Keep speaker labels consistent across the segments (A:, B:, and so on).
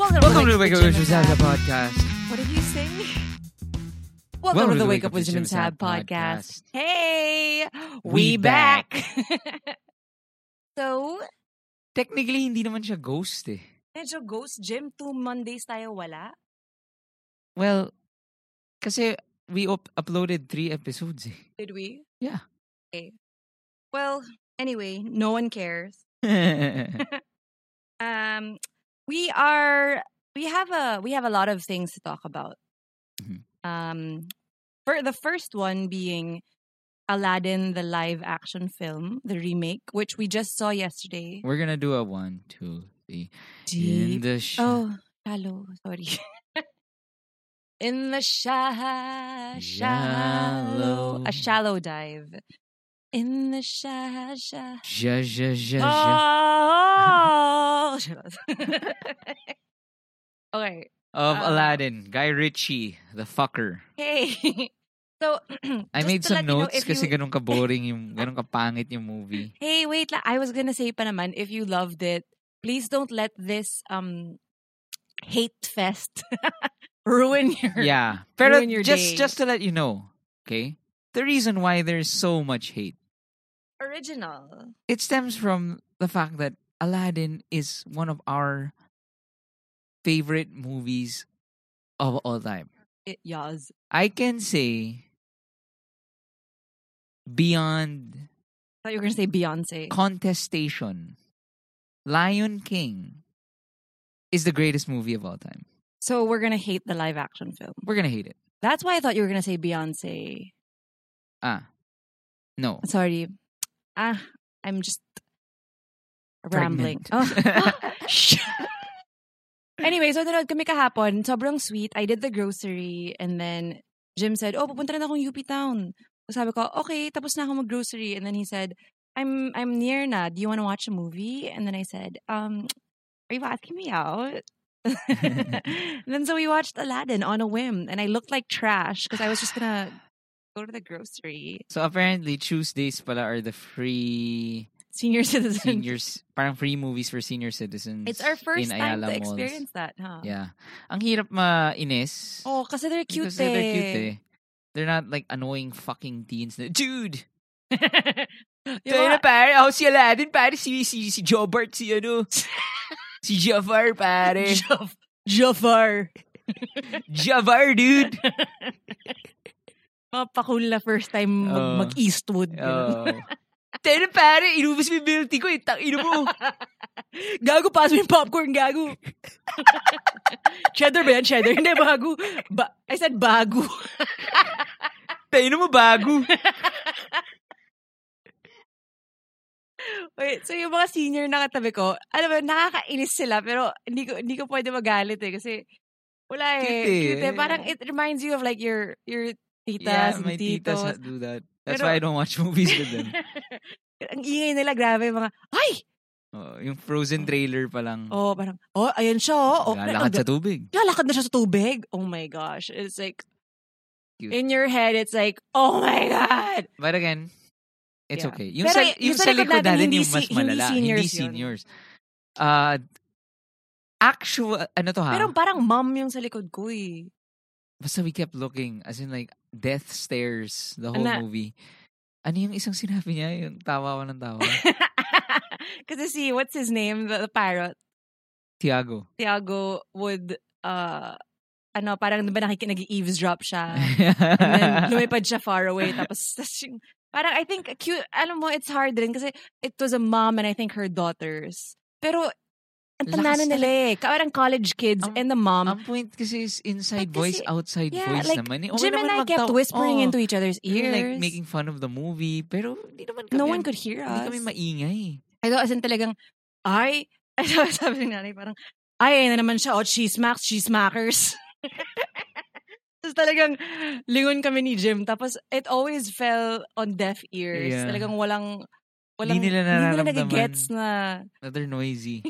A: Welcome,
B: Welcome to the Wake Up with Jim
A: Tab.
B: Zabza podcast.
A: What did you say? Welcome, to the Wake Up with Jim Tab podcast. Hey, we,
B: We
A: back. so,
B: Technically, hindi naman siya ghost eh.
A: medyo ghost Jim. Two Mondays tayo wala.
B: Well, kasi we up- uploaded three episodes eh.
A: Did we?
B: Yeah.
A: Okay. Well, anyway, no one cares. um we are we have a we have a lot of things to talk about
B: Mhm.
A: um for the first one being aladdin the live action film the remake which we just saw yesterday
B: We're gonna do a one, two, three. In
A: Deep-
B: the sh-
A: oh hello sorry in the sha- shallow
B: Shallow.
A: a shallow dive in the sha- sha-
B: Ja, ja, ja, ja.
A: Oh, shut up. okay.
B: Of
A: uh,
B: Aladdin, Guy Ritchie, the fucker.
A: Hey. So,
B: I
A: just
B: made
A: to
B: some
A: let you know,
B: notes
A: if
B: kasi
A: you-
B: ganun ka boring yung, ganun ka pangit yung movie.
A: Hey, wait. la- I was gonna say pa naman, if you loved it, please don't let this um hate fest ruin your.
B: Yeah. Pero
A: ruin your day.
B: just just to let you know, okay? The reason why there's so much hate,
A: Original.
B: it stems from the fact that Aladdin is one of our favorite movies of all time.
A: It yaws.
B: I can say beyond
A: I thought you were gonna say Beyonce.
B: contestation, Lion King is the greatest movie of all time.
A: So we're gonna hate the live action film.
B: We're gonna hate it.
A: That's why I thought you were gonna say Beyonce.
B: Ah. No.
A: Sorry. Ah, I'm just rambling.
B: Pregnant.
A: Oh. Shh. anyway, so nanood kami kahapon. Sobrang sweet. I did the grocery and then Jim said, oh, pupunta na akong UP Town. So sabi ko, okay, tapos na ako mag-grocery. And then he said, I'm I'm near na. Do you want to watch a movie? And then I said, um, are you asking me out? and then so we watched Aladdin on a whim. And I looked like trash because I was just going to go to the grocery.
B: So apparently Tuesdays pala are the free
A: Senior citizen.
B: seniors parang free movies for senior citizens.
A: It's our first
B: in
A: time to
B: Ayala malls.
A: experience that, huh?
B: Yeah. Ang hirap mainis.
A: Ah. Oh, kasi they're cute
B: Because they're they're cute
A: eh.
B: eh. They're not like annoying fucking teens. na, Dude! eh.
A: Yung mga-
B: pare. Ako si Aladdin, pare. Si, si, si Jobart, si ano. si Jafar, pare.
A: Jaf- Jafar.
B: Jafar, dude!
A: Mga pakul na first time
B: Oh.
A: mag- eastwood
B: Oh. Tayo na pare, inubos mo yung ability ko, itang ino mo.
A: gago, pass mo yung popcorn, gago. cheddar ba yan? Cheddar? Hindi, bago. Ba- I said bago.
B: Tayo na mo bago.
A: Wait, so yung mga senior na katabi ko, alam mo, nakakainis sila, pero hindi ko, hindi ko pwede magalit eh, kasi wala eh.
B: Cute eh.
A: Cute eh. Parang it reminds you of like your, your titas
B: yeah,
A: and
B: my
A: titos.
B: titas do that. That's
A: Pero-
B: why I don't watch movies with them.
A: Ang ingay nila, grabe, mga, ay!
B: Oh, yung Frozen trailer pa lang.
A: Oh, parang, oh, ayan siya, oh. oh
B: Lalakad sa tubig.
A: Lalakad na siya sa tubig. Oh my gosh. It's like,
B: Cute.
A: in your head, it's like, oh my God.
B: But again, it's
A: Yeah.
B: okay. Yung
A: Pero
B: sa,
A: y-
B: yung
A: yung sa
B: sa
A: likod
B: likod
A: natin,
B: natin,
A: hindi
B: yung mas
A: si- hindi
B: malala. Hindi
A: seniors yun.
B: seniors. Uh, actual, ano to ha?
A: Pero parang mom yung sa likod ko eh.
B: Basta we kept looking. As in like, death stares the whole
A: Ana-
B: movie. Ano yung isang sinabi niya? Yung tawa ko ng tawa.
A: Kasi si, what's his name? The, the parrot.
B: Tiago.
A: Tiago would, uh, ano, parang di ba nakik- nag-eavesdrop siya. Ah, And then lumipad siya far away. Tapos, tas yung- parang I think, cute, alam mo, it's hard rin kasi it was a mom and I think her daughters. Pero, ang
B: Lakas
A: tanana
B: talaga.
A: nila eh. Parang college kids
B: Ang-
A: and the mom.
B: Ang point kasi is inside
A: Like
B: voice,
A: kasi-
B: outside
A: yeah,
B: voice
A: like,
B: naman. eh. Okay
A: Jim
B: naman
A: and I kept
B: magtaw-
A: whispering
B: Oh,
A: into each other's
B: we were,
A: ears.
B: like making fun of the movie, pero hindi naman kami,
A: no one could hear
B: hindi
A: us.
B: kami maingay.
A: I thought, as in talagang, ay, ay, sabi, sabi ni nanay, parang, ay, ayan na naman siya, oh, cheese smacks, cheese smackers. Tapos talagang, lingon kami ni Jim. Tapos, it always fell on deaf ears.
B: Yeah.
A: Talagang walang, walang,
B: Hindi nila nararamdaman.
A: nagigets na,
B: Another noisy.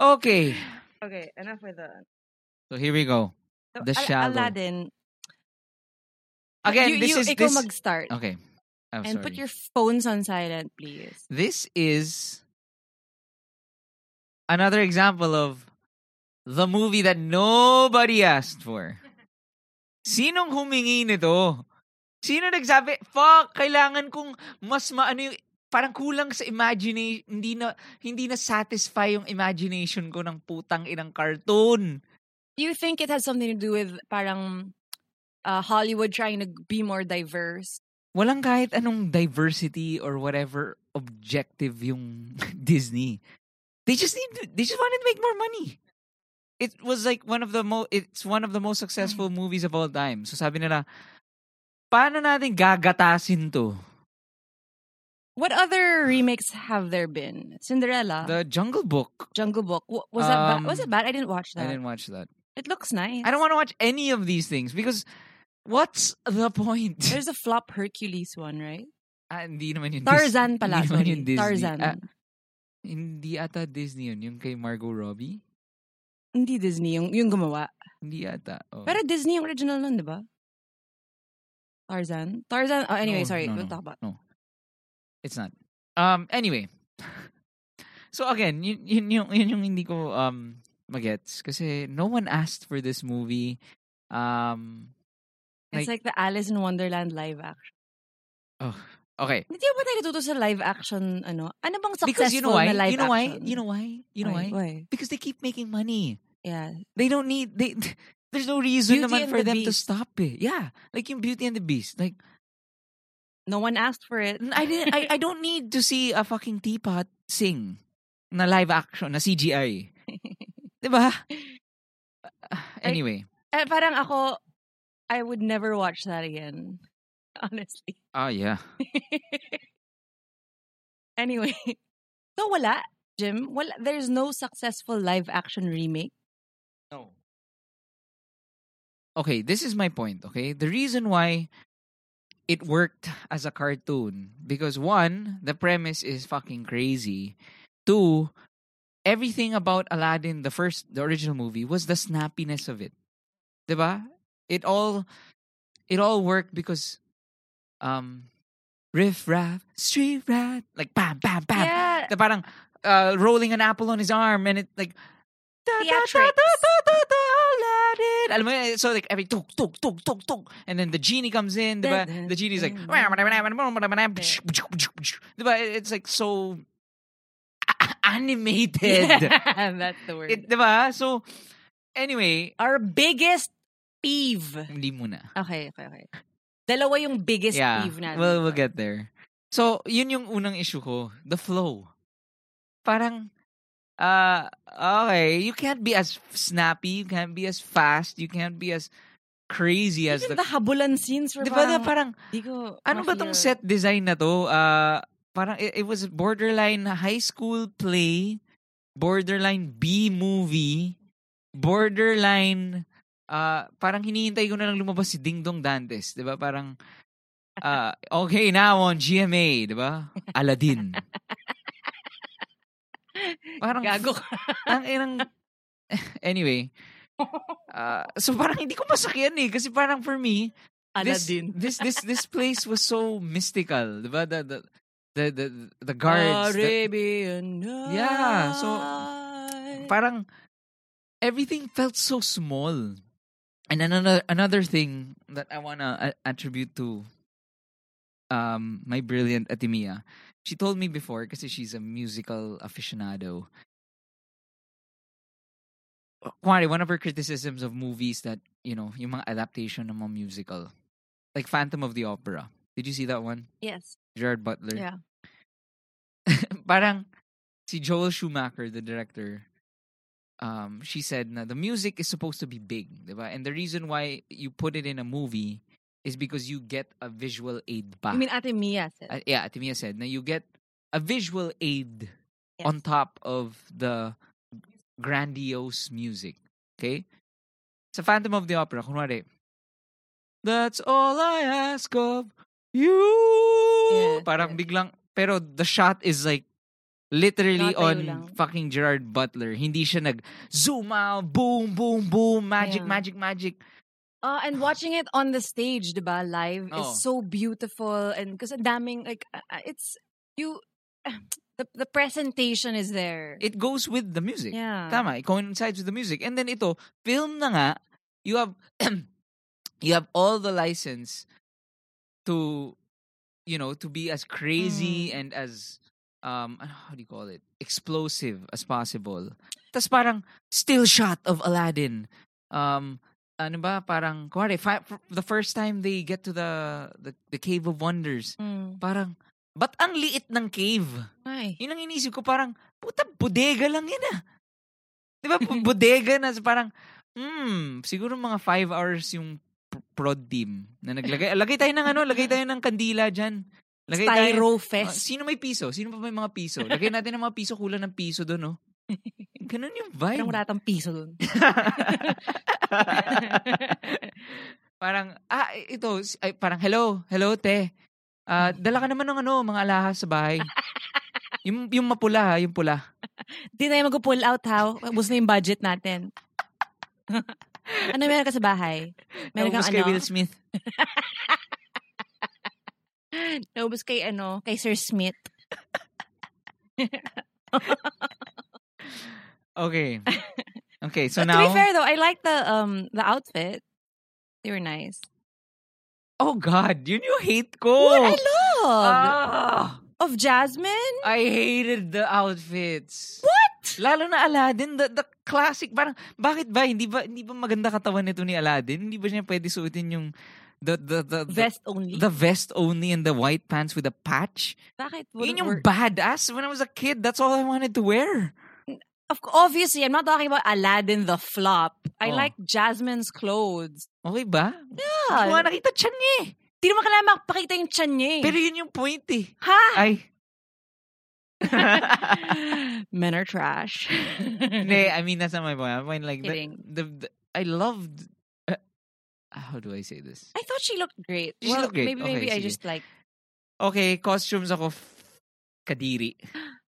B: okay.
A: okay, enough with that.
B: So here we go.
A: So,
B: The
A: Al-
B: Shallow.
A: Aladdin.
B: Again,
A: you,
B: this
A: you,
B: is
A: ikaw
B: this.
A: mag-start.
B: okay, I'm
A: and
B: sorry.
A: put your phones on silent, please.
B: This is another example of the movie that nobody asked for. Sinong humingi nito? Sino nagsabi, fuck, kailangan kong mas maano yung, parang kulang sa imagination, hindi na, hindi na satisfy yung imagination ko ng putang inang cartoon.
A: Do you think it has something to do with parang uh, Hollywood trying to be more diverse?
B: Walang kahit anong diversity or whatever objective yung Disney. They just need to, they just wanted to make more money. It was like one of the mo it's one of the most successful
A: Mm.
B: movies of all time. So sabi nila, paano natin gagatasin to?
A: What other remakes have there been? Cinderella,
B: The Jungle Book.
A: Jungle Book. Wa- Was that bad?
B: Um,
A: Was it bad? I didn't watch
B: I
A: that.
B: didn't watch that.
A: It looks nice.
B: I don't want to watch any of these things because what's the point?
A: There's a flop Hercules one, right?
B: Ah, hindi naman yun. Dis-
A: Tarzan pala.
B: Hindi naman
A: Sorry.
B: yun Disney.
A: Tarzan.
B: Ah, hindi ata Disney yun. Yung kay Margot Robbie.
A: Hindi Disney yung, yung gumawa.
B: Hindi ata. Oh.
A: Pero Disney yung original nun, di ba? Tarzan? Tarzan? Oh, anyway,
B: No,
A: sorry.
B: no,
A: we'll
B: no.
A: talk about
B: It's not. Um, anyway. so again, yun, yun, yung, yun yung hindi ko um, magets. Kasi no one asked for this movie. Um,
A: It's like the Alice in Wonderland live action.
B: oh, okay.
A: Hindi ba tayo natuto sa live action, ano? Ano bang successful
B: Because you know why?
A: na live
B: You know why?
A: action?
B: You know why? You know
A: Why?
B: why?
A: Why?
B: Because they keep making money.
A: Yeah.
B: They don't need they there's no reason
A: Beauty
B: naman
A: and
B: for
A: the
B: them to
A: Beast.
B: stop it. Yeah. Like yung Beauty and the Beast. Like
A: No one asked for it.
B: I didn't I, I don't need to see a fucking teapot sing na live action na CGI. 'Di ba? Ah, Anyway,
A: Eh, parang ako, I would never watch that again. Honestly.
B: ah yeah.
A: Anyway. So wala, Jim. Wala, there's no successful live action remake.
B: No. Okay, this is my point, okay? The reason why it worked as a cartoon because one, the premise is fucking crazy. Two, everything about Aladdin, the first the original movie was the snappiness of it. 'Di ba? It all it all worked because um riff raff, street rat, like bam bam bam.
A: Yeah.
B: The parang uh, rolling an apple on his arm and it like da, da, da, da, da, da, da, Aladdin. Alam mo, yun, so like every tuk tuk tuk tuk tuk and then the genie comes in, di ba? The genie's like di ba? It's like so a- animated.
A: That's the word.
B: It, di ba? So anyway,
A: Our biggest peeve.
B: hindi muna.
A: Okay, okay, okay. Dalawa yung biggest
B: yeah.
A: peeve natin.
B: We'll, we'll get there. So, yun yung unang issue ko. The flow. Parang, uh, okay, you can't be as snappy, you can't be as fast, you can't be as crazy as
A: Even
B: the...
A: the habulan scenes were
B: Di ba na
A: parang,
B: parang,
A: di ko
B: ano ba tong
A: ma-feel.
B: set design na to? Uh, parang, it, it was borderline high school play, borderline B-movie, borderline... Uh, parang hinihintay ko na lang lumabas si Ding Dong Dantes. Di ba? Parang, uh, okay, now on GMA, di ba? Aladdin. Parang,
A: Gago ka.
B: ang inang, anyway. Uh, so parang hindi ko masakyan eh. Kasi parang for me, this,
A: Aladdin.
B: this, this, this place was so mystical. Di ba? The, the, the, the, the guards. the-
A: Arabian Nights.
B: Yeah, so, parang everything felt so small. And another another thing that I wanna a- attribute to um my brilliant Atimia. She told me before kasi she's a musical aficionado. Kumari, one of her criticisms of movies that, you know, yung mga adaptation ng mga musical. Like Phantom of the Opera. Did you see that one?
A: Yes.
B: Gerard Butler.
A: Yeah.
B: parang si Joel Schumacher, the director, um, she said na the music is supposed to be big, di ba? And the reason why you put it in a movie is because you get a visual aid pa.
A: You mean Ate Mia said.
B: Uh, yeah, Ate Mia said na you get a visual aid
A: Yes.
B: on top of the grandiose music. Okay? Sa Phantom of the Opera, kunwari, That's all I ask of you.
A: Yeah, yeah.
B: Parang biglang, pero the shot is like, literally
A: Nakatayo
B: on
A: lang.
B: fucking Gerard Butler. Hindi siya nag zoom out, boom, boom, boom, magic,
A: Yeah.
B: magic, magic.
A: Uh, and watching it on the stage, diba, live
B: Oo.
A: is so beautiful and because daming like uh, uh, it's you the the presentation is there.
B: It goes with the music.
A: yeah.
B: Tama, it coincides with the music. And then ito, film na nga, you have you have all the license to you know, to be as crazy and as um ano- how do you call it? explosive as possible. Tas parang still shot of Aladdin. Um ano ba parang kuwari, fi- f- the first time they get to the the, the cave of wonders,
A: Mm.
B: parang but ang liit ng cave.
A: Ay.
B: Yun ang inisip ko, parang, puta, bodega lang yun ah. Di ba, bu- bodega na, so parang, hmm, siguro mga five hours yung pr- prod team na naglagay. Lagay tayo ng ano, lagay tayo ng kandila dyan. Lagay tayo,
A: Styro
B: Ah,
A: fest.
B: sino may piso? Sino pa may mga piso? Lagay natin ng mga piso, kulang ng piso doon, no? Ganun yung
A: Parang
B: vibe.
A: wala tang piso dun.
B: parang, ah, ito, s- ay, parang, hello, hello, te. Ah, dala ka naman ng ano, mga alahas sa bahay. yung, yung mapula, ha, yung pula.
A: Di tayo mag-pull out, ha? Ubus na yung budget natin. ano meron ka sa bahay? Meron
B: Naubos
A: kang
B: kay
A: ano?
B: Will Smith.
A: Naubos kay ano? Kay Sir Smith.
B: Okay. Okay, so
A: But
B: now.
A: to be fair though, I like the um the outfit. They were nice.
B: oh God, yun yung hate ko.
A: What I love
B: Oh. Ah,
A: of Jasmine?
B: I hated the outfits. What? Lalo na Aladdin, the, the classic. Parang, bakit ba? Hindi ba, hindi ba maganda katawan nito ni Aladdin? Hindi ba niya pwede suotin yung the, the, the, the
A: Vest only.
B: The vest only and the white pants with a patch.
A: Bakit?
B: yun
A: Wouldn't
B: yung
A: work?
B: badass. When I was a kid, that's all I wanted to wear.
A: Of- obviously, I'm not talking about Aladdin the flop. I
B: Oh.
A: like Jasmine's clothes.
B: Okay ba?
A: Yeah.
B: Hindi ko nga nakita chan niya eh.
A: Di naman kailangan makapakita yung chan niya eh.
B: Pero yun yung point eh.
A: ha?
B: Ay.
A: Men are trash.
B: Hindi, I mean that's not my point. I mean like the,
A: Kidding.
B: the, the I loved. Uh, how do I say this?
A: I thought she looked great.
B: She
A: well,
B: looked great.
A: maybe
B: Okay,
A: maybe I
B: sige.
A: just like
B: Okay, costumes ako f- kadiri.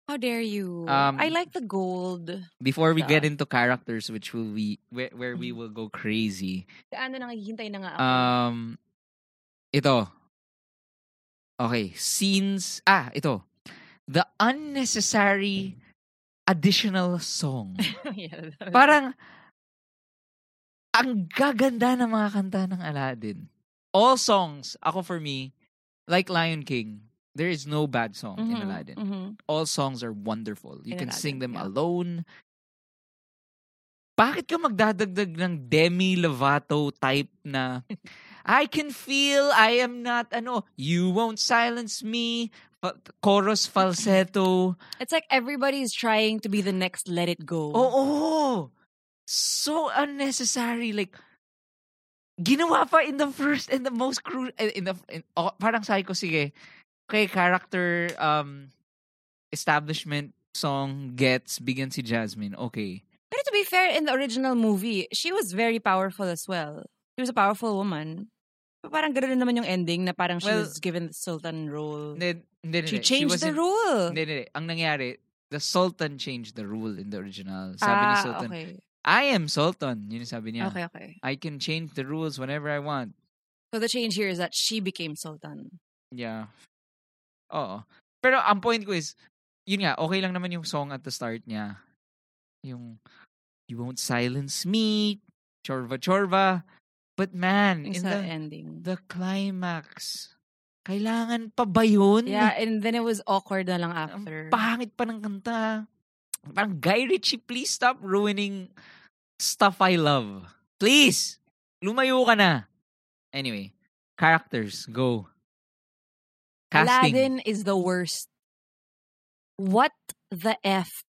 A: how dare you?
B: Um,
A: I like the gold.
B: Before we get
A: Sa-
B: into characters, which will we where, where we will go crazy.
A: Ano nanghihintay na nga ako.
B: Um, ito. Okay, scenes. Ah, ito. The unnecessary additional song.
A: yeah, that-
B: Parang, ang gaganda ng mga kanta ng Aladdin. All songs, ako for me, like Lion King, there is no bad song in
A: Mhm,
B: Aladdin.
A: mhm.
B: All songs are wonderful. You
A: In
B: can sing them
A: Aladdin, yeah.
B: alone. Bakit ka magdadagdag ng Demi Lovato type na I can feel I am not ano, you won't silence me, fa- chorus falsetto.
A: It's like everybody's trying to be the next let it go.
B: Oo! So unnecessary. Like, ginawa pa in the first and the most crucial, in the, in, oh, parang sabi ko, sige, okay, character um, establishment song gets, bigyan si Jasmine. Okay.
A: Pero to be fair, in the original movie, she was very powerful as well. She was a powerful woman. Pero Parang gano'n naman yung ending na parang she
B: Well-
A: was given the sultan role.
B: Then, then,
A: She changed the rule.
B: Hindi, hindi. Ang nangyari, the Sultan changed the rule in the original. Sabi ni
A: Ah,
B: Sultan,
A: okay.
B: I am Sultan. Yun yung sabi niya.
A: Okay, okay.
B: I can change the rules whenever I want.
A: So the change here is that she became sultan.
B: Yeah. Oo. Pero ang point ko is, yun nga, okay lang naman yung song at the start niya. Yung, you won't silence me, chorva chorva. But man,
A: Yung
B: in
A: sa
B: the,
A: ending.
B: the climax, kailangan pa ba yun?
A: yeah, and then it was awkward na
B: Um,
A: lang after.
B: Ang pangit pa ng kanta. Parang, Guy Ritchie, please stop ruining stuff I love. Please! Lumayo ka na. Anyway, characters, go. Casting.
A: Aladdin is the worst. What the F?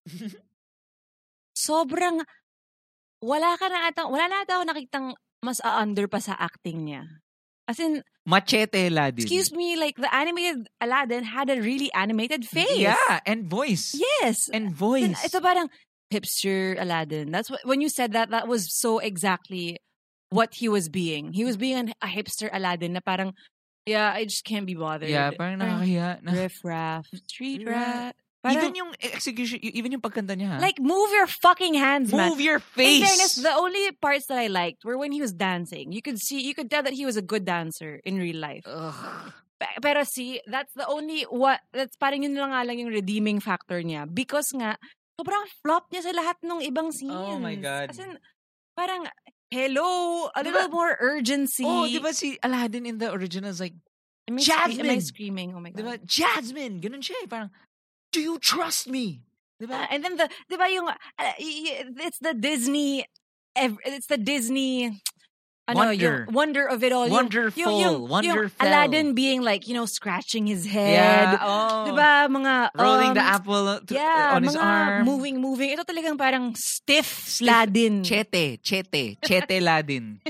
A: Sobrang, wala ka na ata, wala na ata ako nakitang mas a-under pa sa acting niya. As in,
B: Machete Aladdin.
A: excuse me, like the animated Aladdin had a really animated face.
B: Yeah, and voice.
A: Yes.
B: And
A: Then
B: voice.
A: Ito parang hipster Aladdin. That's what, when you said that, that was so exactly what he was being. He was being an- a hipster Aladdin na parang, yeah, I just can't be bothered.
B: yeah, parang nakakahiya. Na,
A: Riff raff, street
B: Ra-
A: rat. Parang,
B: even yung execution, y- even yung pagkanta niya. ha?
A: like, move your fucking hands, man.
B: ah. move your
A: In
B: face.
A: fairness, the only parts that I liked were when he was dancing. You could see, you could tell that he was a good dancer in real life.
B: Ugh.
A: Pe- Pero see, that's the only what that's parang yun lang nga lang yung redeeming factor niya because nga sobrang flop niya sa lahat ng ibang scenes.
B: Oh my God.
A: As in, parang hello, a
B: Di
A: little
B: ba-
A: more urgency.
B: Oh, di ba si Aladdin in the original is like,
A: Am I, scre- am I
B: Jasmine!
A: screaming? Oh my
B: di ba,
A: god.
B: Jasmine, ganun siya eh. Parang, do you trust me? Di
A: Ah,
B: ba?
A: and then the di ba yung uh, y- y- it's the Disney ev- it's the Disney ano,
B: Wonder.
A: yung wonder of it all. Uh, Yung-
B: Wonderful,
A: Yung, yung, yung
B: wonderful.
A: Aladdin being like, you know, scratching his
B: Yeah,
A: head.
B: oh.
A: Diba? Mga,
B: Rolling
A: um,
B: the apple th-
A: yeah,
B: on his
A: mga
B: arm.
A: moving, moving. Ito talagang parang stiff,
B: Stiff.
A: Aladdin.
B: Chete, Chete, Chete Ladin.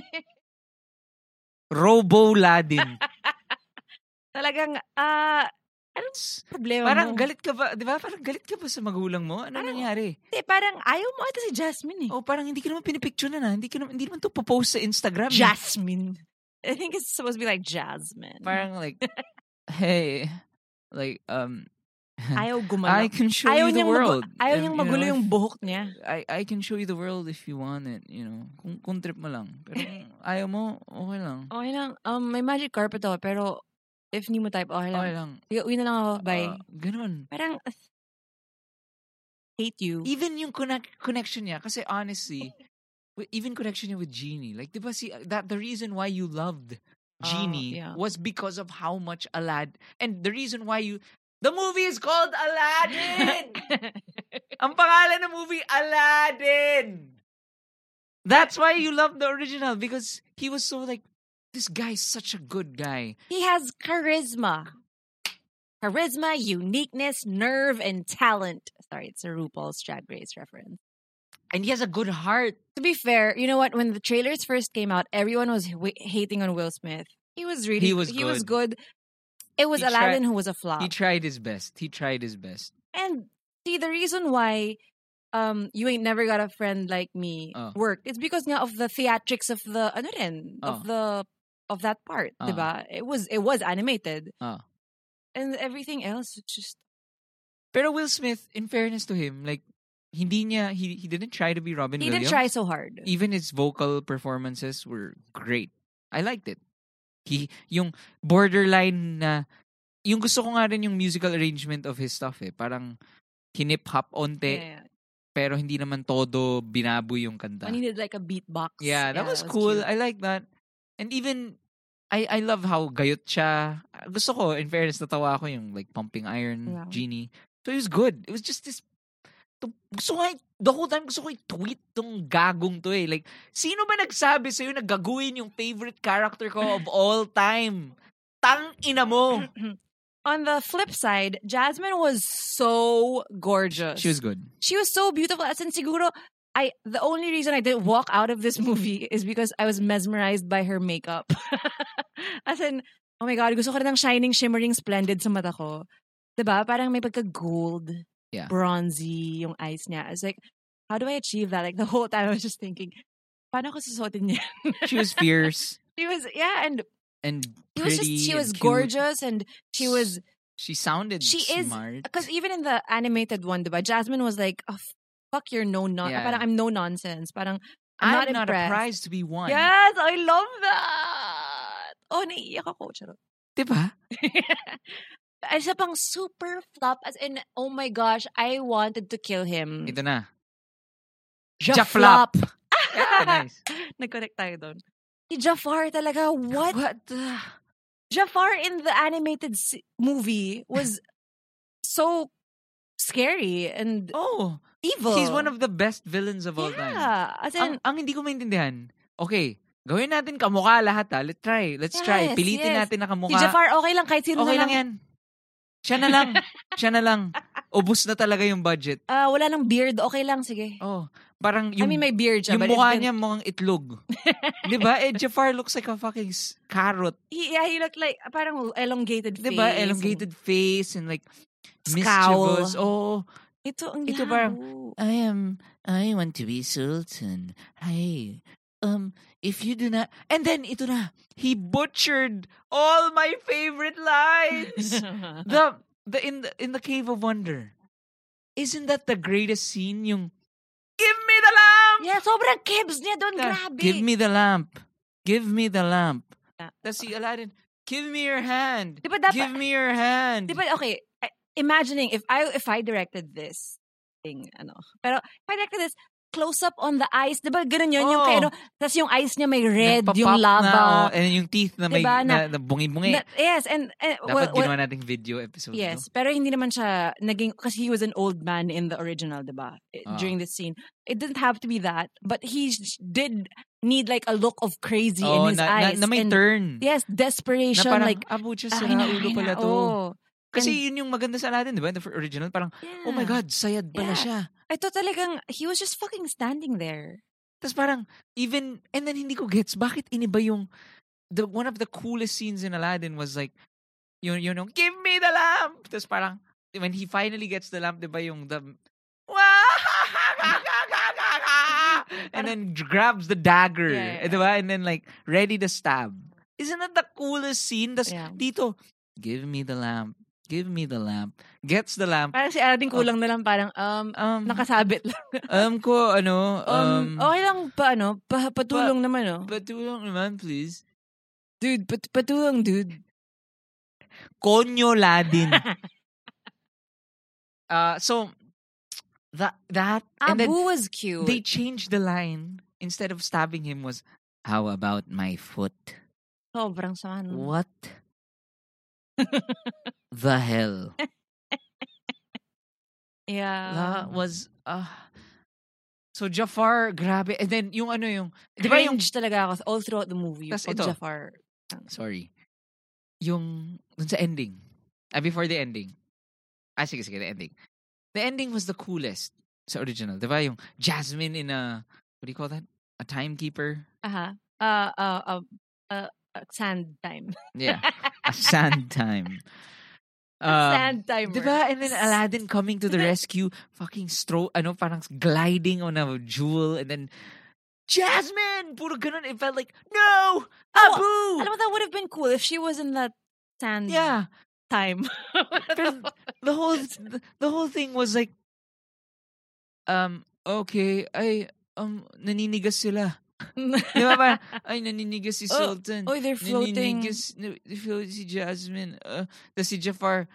B: Robo Ladin.
A: Talagang, ah, problema
B: Parang
A: mo.
B: galit ka ba, di ba? Parang galit ka ba sa magulang mo? Ano
A: Ano? Parang-
B: nangyari?
A: Hindi, parang ayaw mo ata si Jasmine eh.
B: O parang hindi ka naman pinipicture na na. Hindi, ka naman, hindi naman to popost sa Instagram. eh.
A: Jasmine. I think it's supposed to be like Jasmine.
B: Parang like, hey, like, um,
A: ayaw
B: I
A: gumanap.
B: can show
A: Ayaw,
B: you the
A: niyang, magu-
B: world.
A: ayaw
B: Um,
A: niyang
B: you know,
A: magulo
B: if-
A: yung buhok niya.
B: I, I can show you the world if you want it, you know. Kung, kung trip mo lang. Pero kung ayaw mo, okay lang.
A: Okay lang. Um, may magic carpet ako, pero if hindi mo type, okay lang.
B: Okay lang.
A: Sige, uwi na lang ako. Bye.
B: Ah, ganun.
A: parang, hate you.
B: Even yung connect, connection niya, kasi honestly, wi- even connection niya with Genie. Like, di ba si, uh, that the reason why you loved Genie
A: Ah, yeah.
B: was because of how much Aladdin, and the reason why you, the movie is called Aladdin! Ang pangalan ng movie, Aladdin! That's why you love the original because he was so like, this guy's such a good guy.
A: He has charisma. Charisma, uniqueness, nerve, and talent. Sorry, it's a RuPaul's Drag Race reference.
B: And he has a good heart.
A: To be fair, you know what? When the trailers first came out, everyone was w- hating on Will Smith. He was really
B: He was
A: he was
B: good.
A: good. It was
B: He tried-
A: Aladdin who was a flop.
B: He tried his best. He tried his best.
A: and see the reason why um you ain't never got a friend like me
B: Oh.
A: worked. It's because nga of the theatrics of the ano rin,
B: Oh.
A: of the of that part,
B: Oh.
A: diba? It was it was animated.
B: Oh.
A: And everything else it's just
B: Pero Will Smith, in fairness to him, like, hindi niya, he, he didn't try to be Robin
A: He
B: Williams.
A: didn't try so hard.
B: Even his vocal performances were great. I liked it. He, yung borderline na, yung gusto ko nga rin yung musical arrangement of his stuff eh. Parang hinip-hop onte,
A: Yeah, yeah.
B: pero hindi naman todo binaboy yung kanta.
A: When he did like a beatbox.
B: Ah. Yeah, that was
A: cute.
B: cool. I like that. And even I I love how gayot siya. Ah, Gusto ko in fairness natawa ako yung like pumping iron
A: Yeah.
B: genie. So it was good. It was just this to- gusto ko i- the whole time gusto ko i-tweet tong gagong to eh. Like sino ba nagsabi sa na gaguhin yung favorite character ko of all time? Tang ina mo.
A: On the flip side, Jasmine was so gorgeous.
B: She was good.
A: she was so beautiful. As in, siguro, I the only reason I didn't walk out of this movie is because I was mesmerized by her makeup. As in, oh my god, gusto ko rin ng shining, shimmering, splendid sa mata ko. 'Di ba? Parang may pagka-gold,
B: Yeah.
A: bronzy yung eyes niya. I was like, how do I achieve that? Like the whole time I was just thinking, paano ko susuotin niya?
B: She was fierce
A: she was, yeah, and
B: and
A: she was just,
B: pretty
A: she
B: and
A: was
B: cute.
A: gorgeous and she was,
B: She sounded
A: She is-
B: smart.
A: because even in the animated one, 'di ba? Jasmine was like, oh, fuck your no non,
B: Yeah.
A: parang I'm no nonsense, parang I'm
B: I'm
A: not
B: not, a
A: impressed.
B: prize to be won.
A: Yes, I love that. Oh, naiiyak ako. Charot.
B: Diba?
A: Isa pang super flop. As in, oh my gosh, I wanted to kill him.
B: Ito na.
A: Ja
B: Jaflop.
A: flop.
B: Yeah, nice.
A: Nag-connect tayo doon. Si Jafar talaga, what?
B: What the?
A: Jafar in the animated s- movie was so scary and
B: Oh,
A: evil.
B: he's one of the best villains of all time.
A: Yeah. As
B: Ang,
A: in,
B: ang hindi ko maintindihan, okay, gawin natin kamukha lahat ha. Let's try. Let's try.
A: Yes, yes.
B: Pilitin natin na
A: si
B: kamukha.
A: Jafar, okay lang kahit sino
B: okay
A: na
B: lang yan. Siya na lang. Siya na lang. Ubus na talaga yung budget.
A: Ah, wala nang beard, okay lang, sige.
B: Oh, parang
A: I
B: yung,
A: mean, may beard siya.
B: yung
A: but it's
B: mukha
A: been-
B: niya mukhang itlog. Di ba? Eh, Jafar looks like a fucking s- carrot.
A: He, yeah, he looked like, parang elongated
B: Di
A: face. and-
B: ba? Diba, Elongated face and like
A: Scowl.
B: mischievous. Oh,
A: Ito ang
B: Ito
A: labo.
B: parang- I am. I want to be Sultan. Hey, um, if you do not, and then ito na. He butchered all my favorite lines. the the in the in the Cave of Wonder. isn't that the greatest scene? Yung, give me the lamp!
A: Yeah, sobrang kibs niya doon.
B: Ta-
A: Grabe.
B: Give me the lamp. Give me the lamp.
A: Yeah.
B: Tapos si Aladdin, give me your hand.
A: Di ba dapat-
B: give me your hand.
A: Di ba, okay, I- imagining if I if I directed this thing, ano, pero if I directed this, close up on the eyes, di ba, ganun yun, yung
B: Oo.
A: kay, ano, tas yung eyes niya may red,
B: Oh. Nagpa-pop
A: yung
B: Na, oh,
A: lava.
B: and yung teeth na may
A: Diba,
B: na, na bungi-bungi.
A: Na- yes, and, eh, and well,
B: Dapat
A: well,
B: ginawa nating video episode.
A: yes, pero hindi naman siya naging, kasi he was an old man in the original, di ba, i-
B: Ah.
A: during this scene. It didn't have to be that, but he sh- did need like a look of crazy
B: no? Oh,
A: in his
B: na,
A: eyes.
B: na, na may
A: and,
B: turn.
A: Yes,
B: na
A: desperation,
B: parang,
A: like,
B: ah, butya,
A: ay,
B: sira
A: na,
B: ulo
A: ay,
B: pala
A: na,
B: to.
A: oh.
B: Kasi
A: And-
B: yun yung maganda sa Aladdin, di ba? The original, parang, oh my
A: Yeah.
B: God, sayad pala
A: Yeah.
B: siya.
A: Ito talagang, he was just fucking standing there.
B: Tapos parang, even, and then hindi ko gets, bakit iniba yung, the, one of the coolest scenes in Aladdin was like, yun, yun yung, give me the lamp! Tapos parang, when he finally gets the lamp, di ba yung, the, and then grabs the dagger.
A: Yeah, yeah,
B: eh, di ba? And then like, ready to stab. Isn't that the coolest scene? Tapos
A: Yeah.
B: dito, give me the lamp. Give me the lamp. Gets the lamp.
A: Parang si Aladdin
B: Oh.
A: kulang na lang parang, um,
B: Um,
A: nakasabit lang.
B: alam ko, ano,
A: Um,
B: um,
A: okay lang pa, ano, pa, patulong naman, oh.
B: patulong naman, please.
A: dude, pat, patulong, dude.
B: Konyo Ladin. uh, so that that and
A: Abu
B: then
A: was cute.
B: they changed the line instead of stabbing him was how about my foot?
A: Sobrang sama nun.
B: What the hell?
A: Yeah.
B: That was uh, So Jafar, grabe. And then yung ano yung, di ba yung
A: Cringe talaga ako all throughout the movie.
B: Tas
A: pag
B: ito.
A: Jafar.
B: sorry. Yung dun sa ending. Ah, before the ending. Ah, sige, sige, the ending. The ending was the coolest sa original. Diba yung Jasmine in a, what do you call that? A timekeeper?
A: Aha. Uh, uh, uh, uh, uh, sand time.
B: Yeah. a sand time. Um,
A: sand timer.
B: Diba? And then Aladdin coming to the rescue, fucking stro, ano, parang gliding on a jewel, and then, Jasmine! Puro ganun. It felt like, no! Abu!
A: Alam mo, that would have been cool if she was in that sand
B: yeah.
A: time.
B: Pero the whole the, the whole thing was like um okay ay um naninigas sila di ba parang, ay naninigas si
A: Oh,
B: Sultan
A: Oy, they're floating.
B: naninigas na- flo- si Jasmine uh, tas si Jafar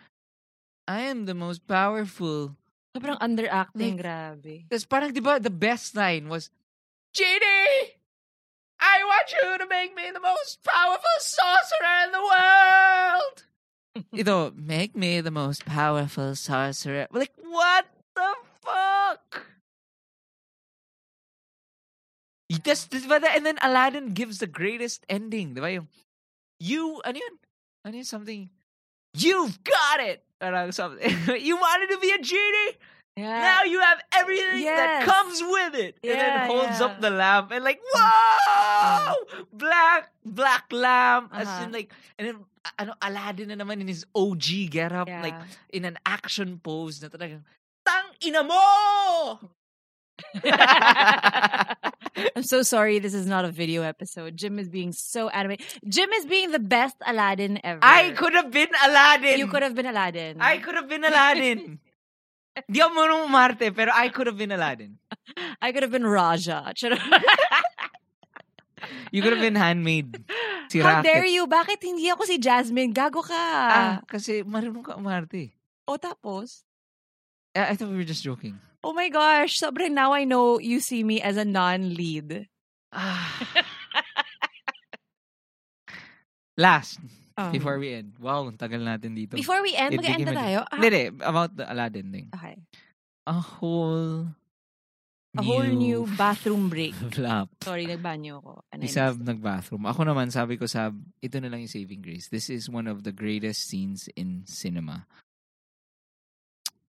B: I am the most powerful
A: Sobrang underacting,
B: Like-
A: grabe.
B: tas parang di ba the best line was Genie I want you to make me the most powerful sorcerer in the world you know, make me the most powerful sorcerer. Like, what the fuck? Y- Tas, tas, ba- and then Aladdin gives the greatest ending. Diba yung, you, ano yun? Ano yun? Something, you've got it! Parang something. you wanted to be a genie?
A: Yeah.
B: now you have everything that
A: Uh, Yes.
B: comes with it. And
A: Yeah,
B: then holds
A: yeah. Mm.
B: up the lamp and like, wow, Black, black lamp. As
A: Uh-huh.
B: in like, and then, a- ano, Aladdin na naman in his OG getup,
A: yeah.
B: like in an action pose na talagang, tang ina mo!
A: Mm. I'm so sorry. This is not a video episode. Jim is being so adamant. Jim is being the best Aladdin ever.
B: I could have been Aladdin.
A: You could have been Aladdin.
B: I could have been Aladdin. Di ako marunong umarte, pero I could have been Aladdin.
A: I could have been Raja. Charot.
B: You could have been handmade. Si
A: How
B: Rocket.
A: dare you? Bakit hindi ako si Jasmine? Gago ka.
B: Ah, kasi marunong ka umarte.
A: O tapos?
B: I, I thought we were just joking.
A: Oh my gosh. Sobrang now I know you see me as a non-lead. Ah.
B: Last,
A: Um,
B: before we end. Wow, ang tagal natin dito.
A: before we end,
B: It
A: mag-end na
B: became a-
A: tayo. Ah,
B: Hindi, hindi, about the Aladdin thing.
A: okay.
B: A whole
A: A whole new bathroom break.
B: Flop.
A: Sorry, nagbanyo ako. And I
B: Si Sab nag-bathroom. Ako naman, sabi ko, Sab, ito na lang yung saving grace. This is one of the greatest scenes in cinema.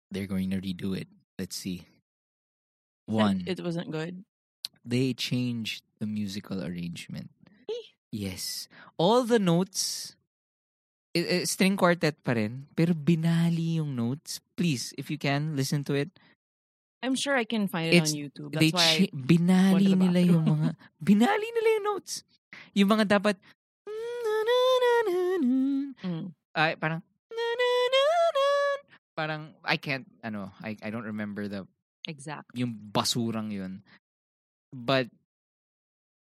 B: They're going to redo it. Let's see. One.
A: It wasn't good.
B: they changed the musical arrangement.
A: Eh?
B: Yes. All the notes, i- i- string quartet pa rin, pero binali yung notes. Please, if you can, listen to it.
A: I'm sure I can find it on
B: It's-
A: YouTube.
B: they
A: That's why I
B: chi- binali
A: went to the
B: nila yung
A: bathroom.
B: mga, binali nila yung notes. Yung mga dapat,
A: Mm.
B: ay, parang, parang I can't ano, I I don't remember the
A: Exact.
B: yung basurang yun. But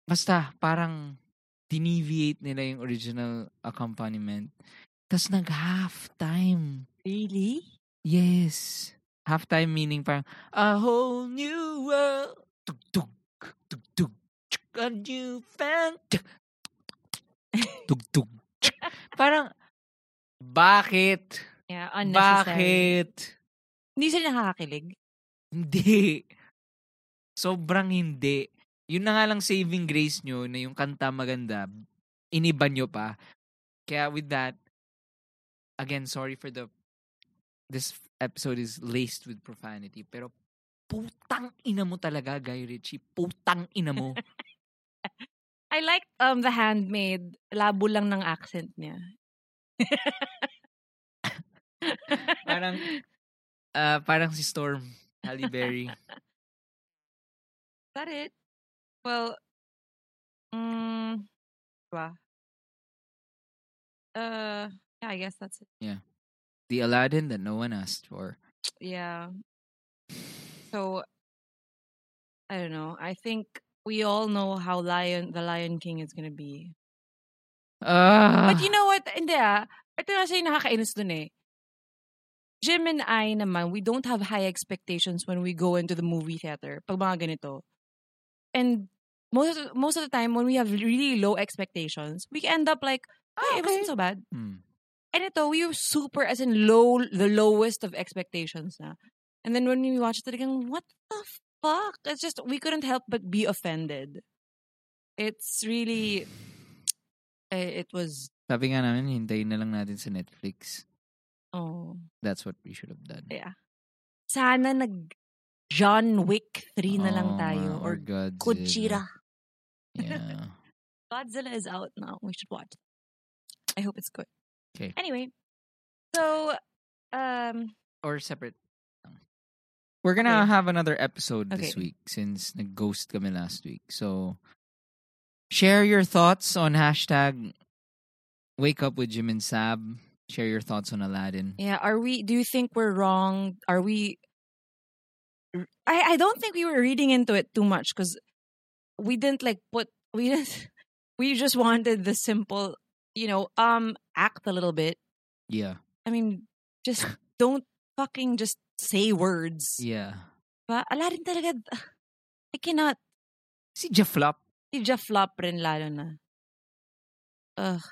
B: basta parang dineviate nila yung original accompaniment. Tapos nag halftime.
A: Really?
B: Yes. Halftime meaning parang a whole new world. Tug, tug, tug, tug, tsk, a new fan. tsk, Tug, tug, tsk. Parang, bakit?
A: Yeah, unnecessary.
B: Bakit?
A: Hindi sila nakakakilig.
B: Hindi. Sobrang hindi. Yun na nga lang saving grace nyo na yung kanta maganda, iniba nyo pa. Kaya with that, again, sorry for the, this episode is laced with profanity, pero putang ina mo talaga, Guy Ritchie. Putang ina mo.
A: I like um the handmade. Labo lang ng accent niya.
B: parang, ah, parang si Storm, Halle Berry.
A: Is that it? Well, mm, ba? Uh, yeah, I guess that's it.
B: The Aladdin that no one asked for.
A: Yeah. So, I don't know. I think we all know how Lion, the Lion King is gonna be.
B: Ah,
A: But you know what? Hindi ah. Ito kasi yung nakakainis dun eh. Jim and I naman, we don't have high expectations when we go into the movie theater. Pag mga ganito. And most of, most of the time, when we have really low expectations, we end up like, "Hey, it wasn't so bad.
B: Hmm.
A: And ito, we were super, as in low, the lowest of expectations na. And then when we watched it again, what the fuck? It's just, we couldn't help but be offended. It's really, eh, it was,
B: Sabi nga namin, hintayin na lang natin sa Netflix.
A: oh.
B: That's what we should have done.
A: Yeah. Sana nag John Wick 3 na lang
B: Oo
A: tayo.
B: nga,
A: Or
B: Godzilla.
A: Kujira.
B: Yeah.
A: Godzilla is out now. We should watch. I hope it's good.
B: 'Kay.
A: Anyway. So, um,
B: or separate. Oh. We're gonna
A: Okay.
B: have another episode this
A: Okay.
B: week since nag-ghost kami last week. So, share your thoughts on hashtag Wake Up with Jim and Sab. Share your thoughts on Aladdin.
A: Yeah, are we do you think we're wrong? Are we I I don't think we were reading into it too much cuz we didn't like put we didn't we just wanted the simple, you know, um act a little bit.
B: Yeah,
A: I mean, just don't fucking just say words.
B: yeah.
A: Ba? Ala rin talaga I cannot
B: Si Jaflop.
A: si Jeff Flop rin lalo na. Ugh.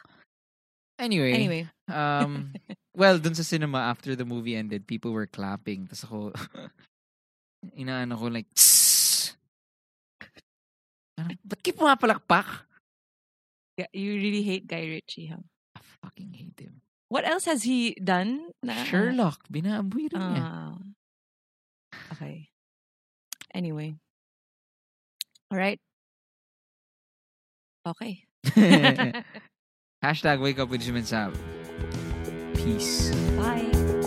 B: Anyway,
A: Anyway,
B: um, well, dun sa cinema after the movie ended, people were clapping. Tapos ako, inaano ko like, "Tss!" Parang, ba't kayo pumapalakpak?
A: you really hate Guy Ritchie, huh?
B: I fucking hate him.
A: What else has he done? na- uh,
B: Sherlock, binaaboy rin niya.
A: Ah. okay. Anyway. All right. Okay.
B: Eh,
A: Ah.
B: Hashtag wake up with Jim and Sab. Peace.
A: Bye.